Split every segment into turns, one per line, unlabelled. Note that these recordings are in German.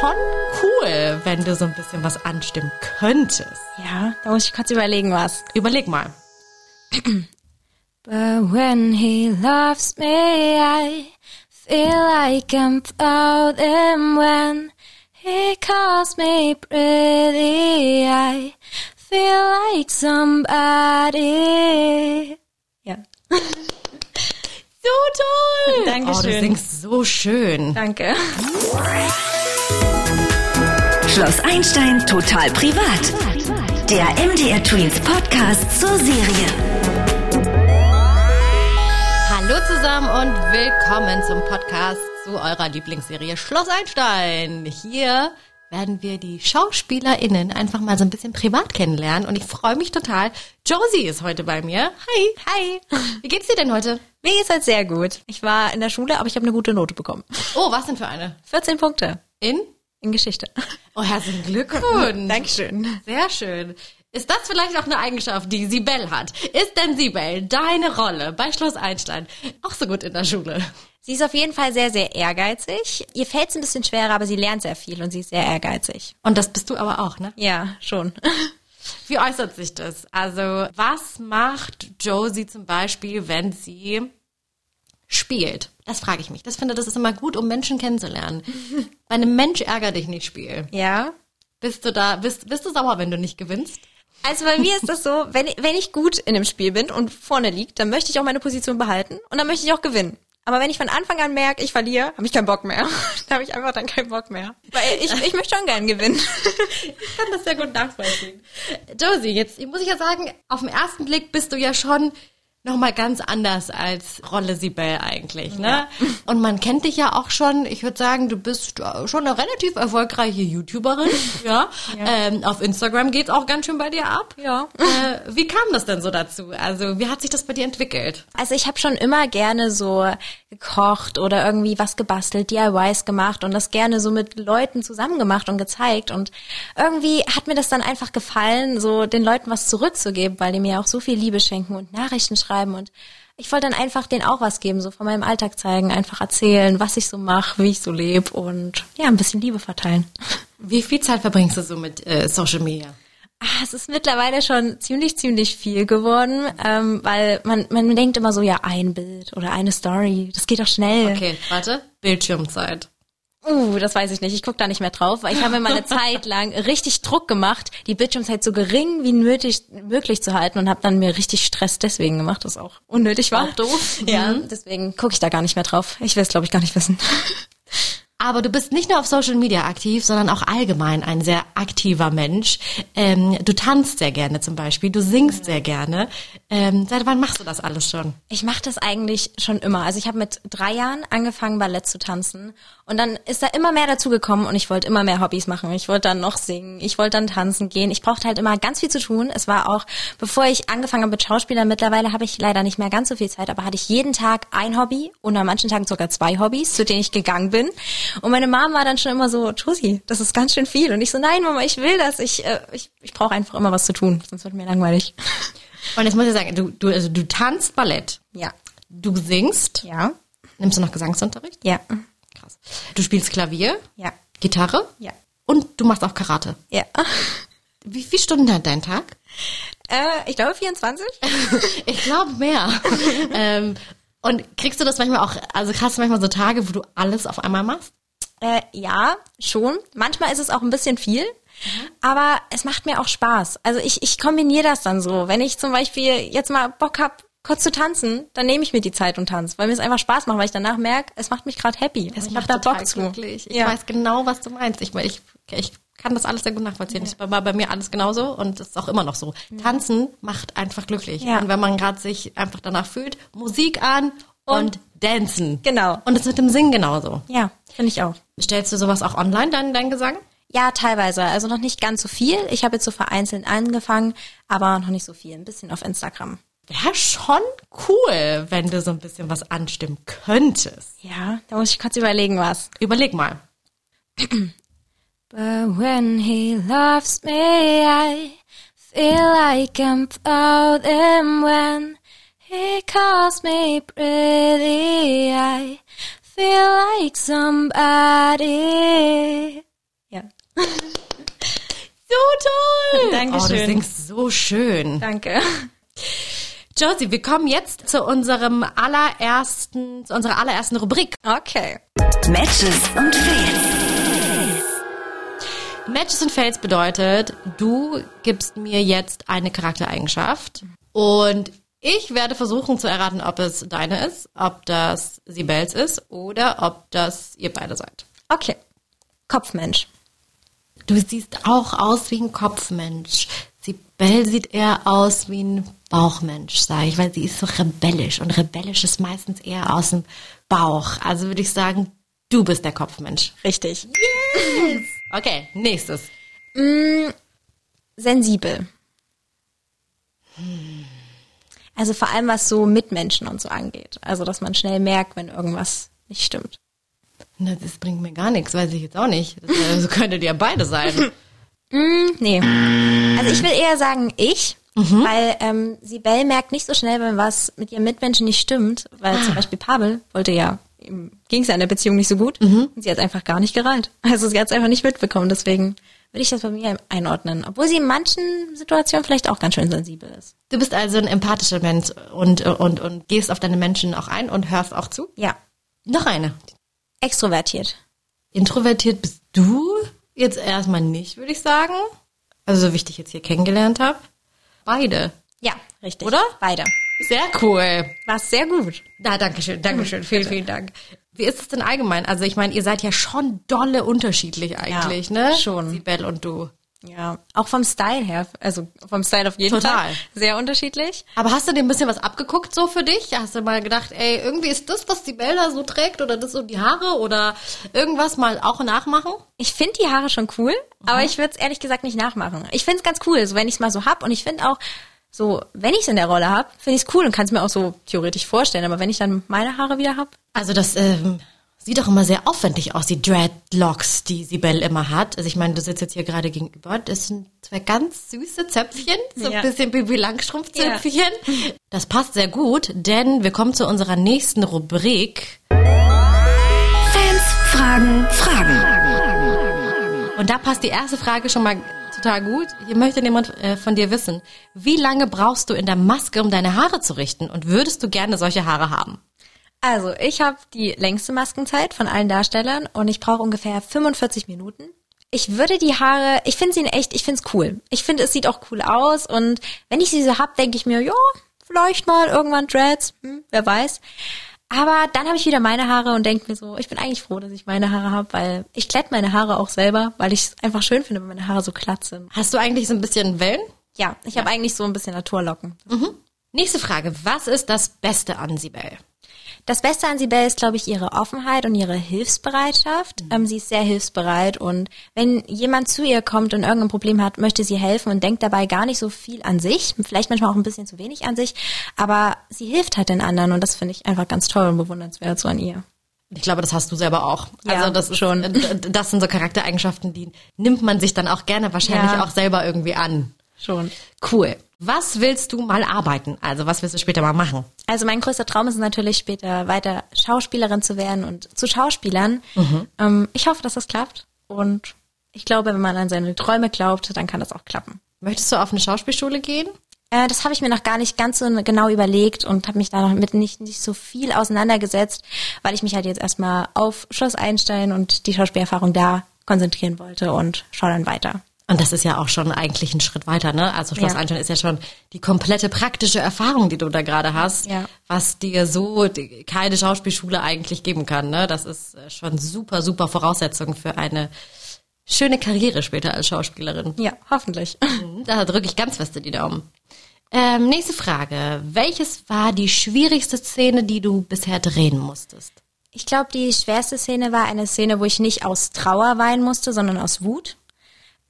schon cool, wenn du so ein bisschen was anstimmen könntest.
Ja, da muss ich kurz überlegen, was.
Überleg mal.
But when he loves me, I feel like I'm floating. When he calls me pretty, I feel like somebody. Ja,
So toll! Oh, du
Dankeschön.
singst so schön.
danke.
Schloss Einstein total privat. Der MDR Twins Podcast zur Serie.
Hallo zusammen und willkommen zum Podcast zu eurer Lieblingsserie Schloss Einstein. Hier werden wir die SchauspielerInnen einfach mal so ein bisschen privat kennenlernen und ich freue mich total. Josie ist heute bei mir. Hi.
Hi.
Wie geht's dir denn heute?
Mir geht's halt sehr gut. Ich war in der Schule, aber ich habe eine gute Note bekommen.
Oh, was denn für eine?
14 Punkte
In?
in Geschichte.
Oh, herzlichen Glückwunsch.
Dankeschön.
Sehr schön. Ist das vielleicht auch eine Eigenschaft, die Sibel hat? Ist denn Sibel deine Rolle bei Schloss Einstein auch so gut in der Schule?
Sie ist auf jeden Fall sehr, sehr ehrgeizig. Ihr fällt's ein bisschen schwerer, aber sie lernt sehr viel und sie ist sehr ehrgeizig.
Und das bist du aber auch, ne?
Ja, schon.
Wie äußert sich das? Also, was macht Josie zum Beispiel, wenn sie spielt? Das frage ich mich. Das finde das ist immer gut, um Menschen kennenzulernen. Bei einem Mensch ärger dich nicht Spiel.
Ja.
Bist du da, bist, bist du sauer, wenn du nicht gewinnst?
Also bei mir ist das so, wenn, wenn ich gut in dem Spiel bin und vorne liegt, dann möchte ich auch meine Position behalten und dann möchte ich auch gewinnen. Aber wenn ich von Anfang an merke, ich verliere, habe ich keinen Bock mehr. da habe ich einfach dann keinen Bock mehr. Weil ich, ich möchte schon gern gewinnen.
Ich kann das sehr gut nachvollziehen. Josie, jetzt muss ich ja sagen, auf den ersten Blick bist du ja schon nochmal ganz anders als Rolle Sibel eigentlich, ne? Und man kennt dich ja auch schon, ich würde sagen, du bist äh, schon eine relativ erfolgreiche YouTuberin, ja? Ähm, auf Instagram geht's auch ganz schön bei dir ab.
Ja.
Äh, wie kam das denn so dazu? Also, wie hat sich das bei dir entwickelt?
Also ich habe schon immer gerne so gekocht oder irgendwie was gebastelt, DIYs gemacht und das gerne so mit Leuten zusammen gemacht und gezeigt. Und irgendwie hat mir das dann einfach gefallen, so den Leuten was zurückzugeben, weil die mir auch so viel Liebe schenken und Nachrichten schreiben. Und ich wollte dann einfach denen auch was geben, so von meinem Alltag zeigen, einfach erzählen, was ich so mache, wie ich so lebe und ja, ein bisschen Liebe verteilen.
Wie viel Zeit verbringst du so mit äh, Social Media?
Ah, Es ist mittlerweile schon ziemlich, ziemlich viel geworden, ähm, weil man, man denkt immer so, ja, ein Bild oder eine Story, das geht doch schnell.
Okay, warte. Bildschirmzeit.
Uh, das weiß ich nicht, ich gucke da nicht mehr drauf, weil ich habe mir mal eine Zeit lang richtig Druck gemacht, die Bildschirmzeit so gering wie nötig, möglich zu halten und habe dann mir richtig Stress deswegen gemacht, das auch unnötig war.
Auch doof. Mhm.
Ja, deswegen gucke ich da gar nicht mehr drauf. Ich will es, glaube ich, gar nicht wissen.
Aber du bist nicht nur auf Social Media aktiv, sondern auch allgemein ein sehr aktiver Mensch. Ähm, du tanzt sehr gerne zum Beispiel, du singst sehr gerne. Ähm, seit wann machst du das alles schon?
Ich mache das eigentlich schon immer. Also ich habe mit drei Jahren angefangen, Ballett zu tanzen. Und dann ist da immer mehr dazu gekommen und ich wollte immer mehr Hobbys machen. Ich wollte dann noch singen, ich wollte dann tanzen gehen. Ich brauchte halt immer ganz viel zu tun. Es war auch, bevor ich angefangen habe mit Schauspielern, mittlerweile habe ich leider nicht mehr ganz so viel Zeit, aber hatte ich jeden Tag ein Hobby und an manchen Tagen sogar zwei Hobbys, zu denen ich gegangen bin. Und meine Mama war dann schon immer so, Josi, das ist ganz schön viel. Und ich so, nein, Mama, ich will das. Ich, äh, ich, ich brauche einfach immer was zu tun, sonst wird mir langweilig.
Und jetzt muss ich sagen, du, du, also du tanzt Ballett,
Ja.
du singst,
Ja.
nimmst du noch Gesangsunterricht?
Ja.
Krass. Du spielst Klavier,
Ja.
Gitarre
Ja.
und du machst auch Karate.
Ja.
Wie viele Stunden hat dein Tag?
Äh, ich glaube 24.
Ich glaube mehr. ähm, und kriegst du das manchmal auch, also hast du manchmal so Tage, wo du alles auf einmal machst?
Äh, ja, schon. Manchmal ist es auch ein bisschen viel. Aber es macht mir auch Spaß. Also ich, ich kombiniere das dann so. Wenn ich zum Beispiel jetzt mal Bock hab, kurz zu tanzen, dann nehme ich mir die Zeit und tanze, weil mir es einfach Spaß macht, weil ich danach merke, es macht mich gerade happy.
Es
ich hab
macht
da
total
Bock zu.
glücklich. Ich
ja.
weiß genau, was du meinst. Ich, ich, ich kann das alles sehr gut nachvollziehen. Das war bei mir alles genauso und das ist auch immer noch so. Tanzen macht einfach glücklich.
Ja.
Und wenn man gerade sich einfach danach fühlt, Musik an und,
Und-
dancen.
Genau.
Und das mit dem Singen genauso.
Ja, finde ich auch.
Stellst du sowas auch online, dein, dein Gesang?
Ja, teilweise. Also noch nicht ganz so viel. Ich habe jetzt so vereinzelt angefangen, aber noch nicht so viel. Ein bisschen auf Instagram.
Wäre schon cool, wenn du so ein bisschen was anstimmen könntest.
Ja, da muss ich kurz überlegen, was.
Überleg mal.
But when he loves me, I feel like I'm floating. When he calls me pretty, I feel like somebody. Ja.
So toll! Oh, du
Dankeschön.
singst so schön.
Danke.
Josie, wir kommen jetzt zu unserem allerersten, zu unserer allerersten Rubrik.
Okay.
Matches und Fails.
Matches und Fails bedeutet, du gibst mir jetzt eine Charaktereigenschaft und ich werde versuchen zu erraten, ob es deine ist, ob das Sibels ist oder ob das ihr beide seid.
Okay. Kopfmensch.
Du siehst auch aus wie ein Kopfmensch. Sibel sieht eher aus wie ein Bauchmensch, sage ich, weil sie ist so rebellisch und rebellisch ist meistens eher aus dem Bauch. Also würde ich sagen, du bist der Kopfmensch.
Richtig.
Okay, nächstes.
Sensibel. Also vor allem was so Mitmenschen und so angeht. Also dass man schnell merkt, wenn irgendwas nicht stimmt.
Na, das bringt mir gar nichts, weiß ich jetzt auch nicht. Das, äh, so könntet ihr beide sein.
Hm, nee. Also ich will eher sagen ich, weil ähm, Sibel merkt nicht so schnell, wenn was mit ihrem Mitmenschen nicht stimmt, weil
Ah.
zum Beispiel Pavel wollte ja, ihm ging es ja in der Beziehung nicht so gut
Mhm.
und sie hat einfach gar nicht gereilt. Also sie hat es einfach nicht mitbekommen, deswegen würde ich das bei mir einordnen, obwohl sie in manchen Situationen vielleicht auch ganz schön sensibel ist.
Du bist also ein empathischer Mensch und, und, und gehst auf deine Menschen auch ein und hörst auch zu.
Ja,
Noch eine.
extrovertiert.
Introvertiert bist du jetzt erstmal nicht, würde ich sagen. Also so wichtig ich jetzt hier kennengelernt habe. Beide.
Ja, richtig.
Oder?
Beide.
Sehr cool.
War sehr gut.
Na, danke schön, danke schön. Vielen, vielen Dank. Wie ist es denn allgemein? Also ich meine, ihr seid ja schon dolle unterschiedlich eigentlich, ne?
schon.
Sibel und du.
Ja, auch vom Style her, also vom Style auf jeden
Total.
Fall sehr unterschiedlich.
Aber hast du dir ein bisschen was abgeguckt so für dich? Hast du mal gedacht, ey, irgendwie ist das, was die Bella so trägt oder das so die Haare oder irgendwas mal auch nachmachen?
Ich finde die Haare schon cool, aber ich würde es ehrlich gesagt nicht nachmachen. Ich finde es ganz cool, so wenn ich es mal so hab und ich finde auch so, wenn ich es in der Rolle hab, finde ich es cool und kann es mir auch so theoretisch vorstellen, aber wenn ich dann meine Haare wieder hab,
Also das ähm, sieht doch immer sehr aufwendig aus, die Dreadlocks, die Sibel immer hat. Also ich meine, du sitzt jetzt hier gerade gegenüber. Das sind zwei ganz süße Zöpfchen, so
Ja.
ein bisschen Bibi Langstrumpf-Zöpfchen. Das passt sehr gut, denn wir kommen zu unserer nächsten Rubrik.
Fans fragen Fragen.
Und da passt die erste Frage schon mal total gut. Hier möchte jemand äh, von dir wissen, wie lange brauchst du in der Maske, um deine Haare zu richten? Und würdest du gerne solche Haare haben?
also ich habe die längste Maskenzeit von allen Darstellern und ich brauche ungefähr 45 Minuten. Ich würde die Haare, ich finde sie in echt, ich finde es cool. Ich finde, es sieht auch cool aus und wenn ich sie so hab, denke ich mir, ja, vielleicht mal irgendwann Dreads, hm, wer weiß. Aber dann habe ich wieder meine Haare und denke mir so, ich bin eigentlich froh, dass ich meine Haare habe, weil ich glätt meine Haare auch selber, weil ich es einfach schön finde, wenn meine Haare so glatt sind.
Hast du eigentlich so ein bisschen Wellen?
Ja, ich habe eigentlich so ein bisschen Naturlocken.
Nächste Frage. Was ist das Beste an Sibel?
Das Beste an Sibel ist, glaube ich, ihre Offenheit und ihre Hilfsbereitschaft. Ähm, sie ist sehr hilfsbereit und wenn jemand zu ihr kommt und irgendein Problem hat, möchte sie helfen und denkt dabei gar nicht so viel an sich, vielleicht manchmal auch ein bisschen zu wenig an sich, aber sie hilft halt den anderen und das finde ich einfach ganz toll und bewundernswert so an ihr.
Ich glaube, das hast du selber auch.
Ja,
also das ist,
schon.
äh, d- Das sind so Charaktereigenschaften, die nimmt man sich dann auch gerne wahrscheinlich
Ja.
auch selber irgendwie an.
Schon.
Cool. Was willst du mal arbeiten? Also was willst du später mal machen?
Also mein größter Traum ist es natürlich später weiter Schauspielerin zu werden und zu Schauspielern. Ähm, ich hoffe, dass das klappt und ich glaube, wenn man an seine Träume glaubt, dann kann das auch klappen.
Möchtest du auf eine Schauspielschule gehen?
Äh, das habe ich mir noch gar nicht ganz so genau überlegt und habe mich da noch mit nicht, nicht so viel auseinandergesetzt, weil ich mich halt jetzt erstmal auf Schloss Einstein und die Schauspielerfahrung da konzentrieren wollte und schaue dann weiter.
Und das ist ja auch schon eigentlich ein Schritt weiter, ne? Also Schloss
Ja.
Einstein ist ja schon die komplette praktische Erfahrung, die du da gerade hast,
Ja.
was dir so die, keine Schauspielschule eigentlich geben kann, ne? Das ist äh, schon super, super Voraussetzung für eine schöne Karriere später als Schauspielerin.
Ja, hoffentlich.
Da drücke ich ganz feste die Daumen. Ähm, nächste Frage. Welches war die schwierigste Szene, die du bisher drehen musstest?
Ich glaube, die schwerste Szene war eine Szene, wo ich nicht aus Trauer weinen musste, sondern aus Wut,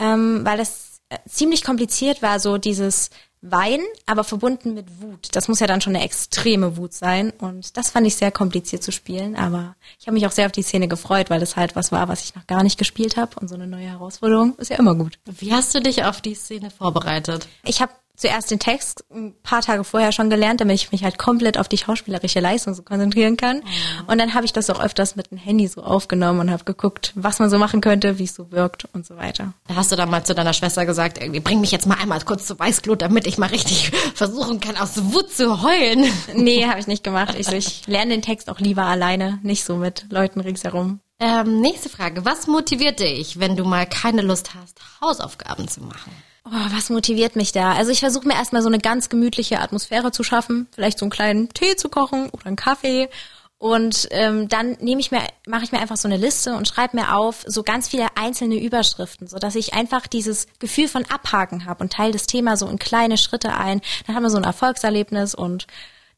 ähm, weil das äh, ziemlich kompliziert war, so dieses Weinen, aber verbunden mit Wut. Das muss ja dann schon eine extreme Wut sein und das fand ich sehr kompliziert zu spielen, aber ich habe mich auch sehr auf die Szene gefreut, weil das halt was war, was ich noch gar nicht gespielt habe und so eine neue Herausforderung ist ja immer gut.
Wie hast du dich auf die Szene vorbereitet?
Ich habe zuerst den Text ein paar Tage vorher schon gelernt, damit ich mich halt komplett auf die schauspielerische Leistung so konzentrieren kann. Und dann habe ich das auch öfters mit dem Handy so aufgenommen und habe geguckt, was man so machen könnte, wie es so wirkt und so weiter.
Da hast du dann mal zu deiner Schwester gesagt, irgendwie bring mich jetzt mal einmal kurz zu Weißglut, damit ich mal richtig versuchen kann, aus Wut zu heulen.
Nee, habe ich nicht gemacht. Ich, so, ich lerne den Text auch lieber alleine, nicht so mit Leuten ringsherum.
Ähm, nächste Frage. Was motiviert dich, wenn du mal keine Lust hast, Hausaufgaben zu machen?
Oh, was motiviert mich da? Also ich versuche mir erstmal so eine ganz gemütliche Atmosphäre zu schaffen, vielleicht so einen kleinen Tee zu kochen oder einen Kaffee. Und ähm, dann nehme ich mir, mache ich mir einfach so eine Liste und schreibe mir auf so ganz viele einzelne Überschriften, so dass ich einfach dieses Gefühl von Abhaken habe und teile das Thema so in kleine Schritte ein. Dann haben wir so ein Erfolgserlebnis und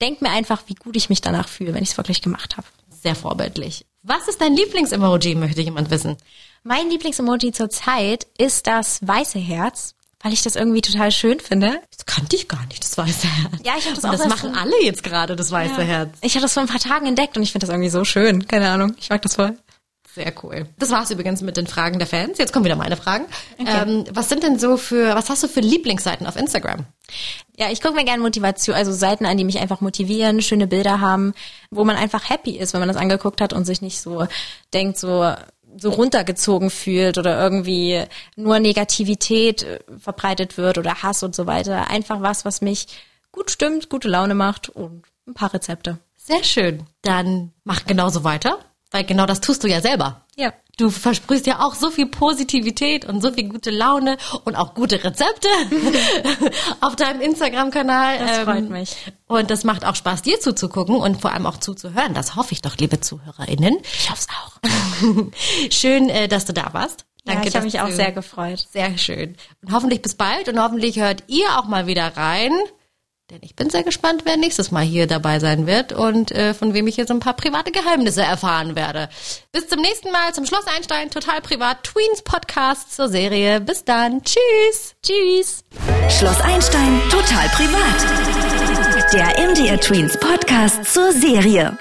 denk mir einfach, wie gut ich mich danach fühle, wenn ich es wirklich gemacht habe.
Sehr vorbildlich. Was ist dein Lieblings-Emoji, möchte jemand wissen.
Mein Lieblingsemoji zurzeit ist das weiße Herz, weil ich das irgendwie total schön finde.
Das kannte ich gar nicht, das weiße Herz.
Ja, ich hab das
Und
auch
das
erst
machen
von-
alle jetzt gerade, das weiße Herz.
Ich habe das vor ein paar Tagen entdeckt und ich finde das irgendwie so schön. Keine Ahnung, ich mag das voll.
Sehr cool. Das war's übrigens mit den Fragen der Fans. Jetzt kommen wieder meine Fragen. Ähm, was sind denn so für, was hast du für Lieblingsseiten auf Instagram?
Ja, ich gucke mir gerne Motivation, also Seiten an, die mich einfach motivieren, schöne Bilder haben, wo man einfach happy ist, wenn man das angeguckt hat und sich nicht so denkt, so, so runtergezogen fühlt oder irgendwie nur Negativität äh, verbreitet wird oder Hass und so weiter. Einfach was, was mich gut stimmt, gute Laune macht und ein paar Rezepte.
Sehr schön. Dann mach genauso weiter, weil genau das tust du ja selber.
Ja.
Du versprühst ja auch so viel Positivität und so viel gute Laune und auch gute Rezepte auf deinem Instagram-Kanal. Ähm,
Das freut mich.
Und das macht auch Spaß, dir zuzugucken und vor allem auch zuzuhören. Das hoffe ich doch, liebe ZuhörerInnen.
Ich hoffe es auch.
Schön, äh, dass du da warst.
Danke, ja, ich habe
dass
mich auch
du-
sehr gefreut.
Sehr schön. Und hoffentlich bis bald und hoffentlich hört ihr auch mal wieder rein. Denn ich bin sehr gespannt, wer nächstes Mal hier dabei sein wird und äh, von wem ich hier so ein paar private Geheimnisse erfahren werde. Bis zum nächsten Mal zum Schloss Einstein, total privat, Tweens Podcast zur Serie. Bis dann. Tschüss.
Tschüss.
Schloss Einstein total privat. Der MDR Tweens Podcast zur Serie.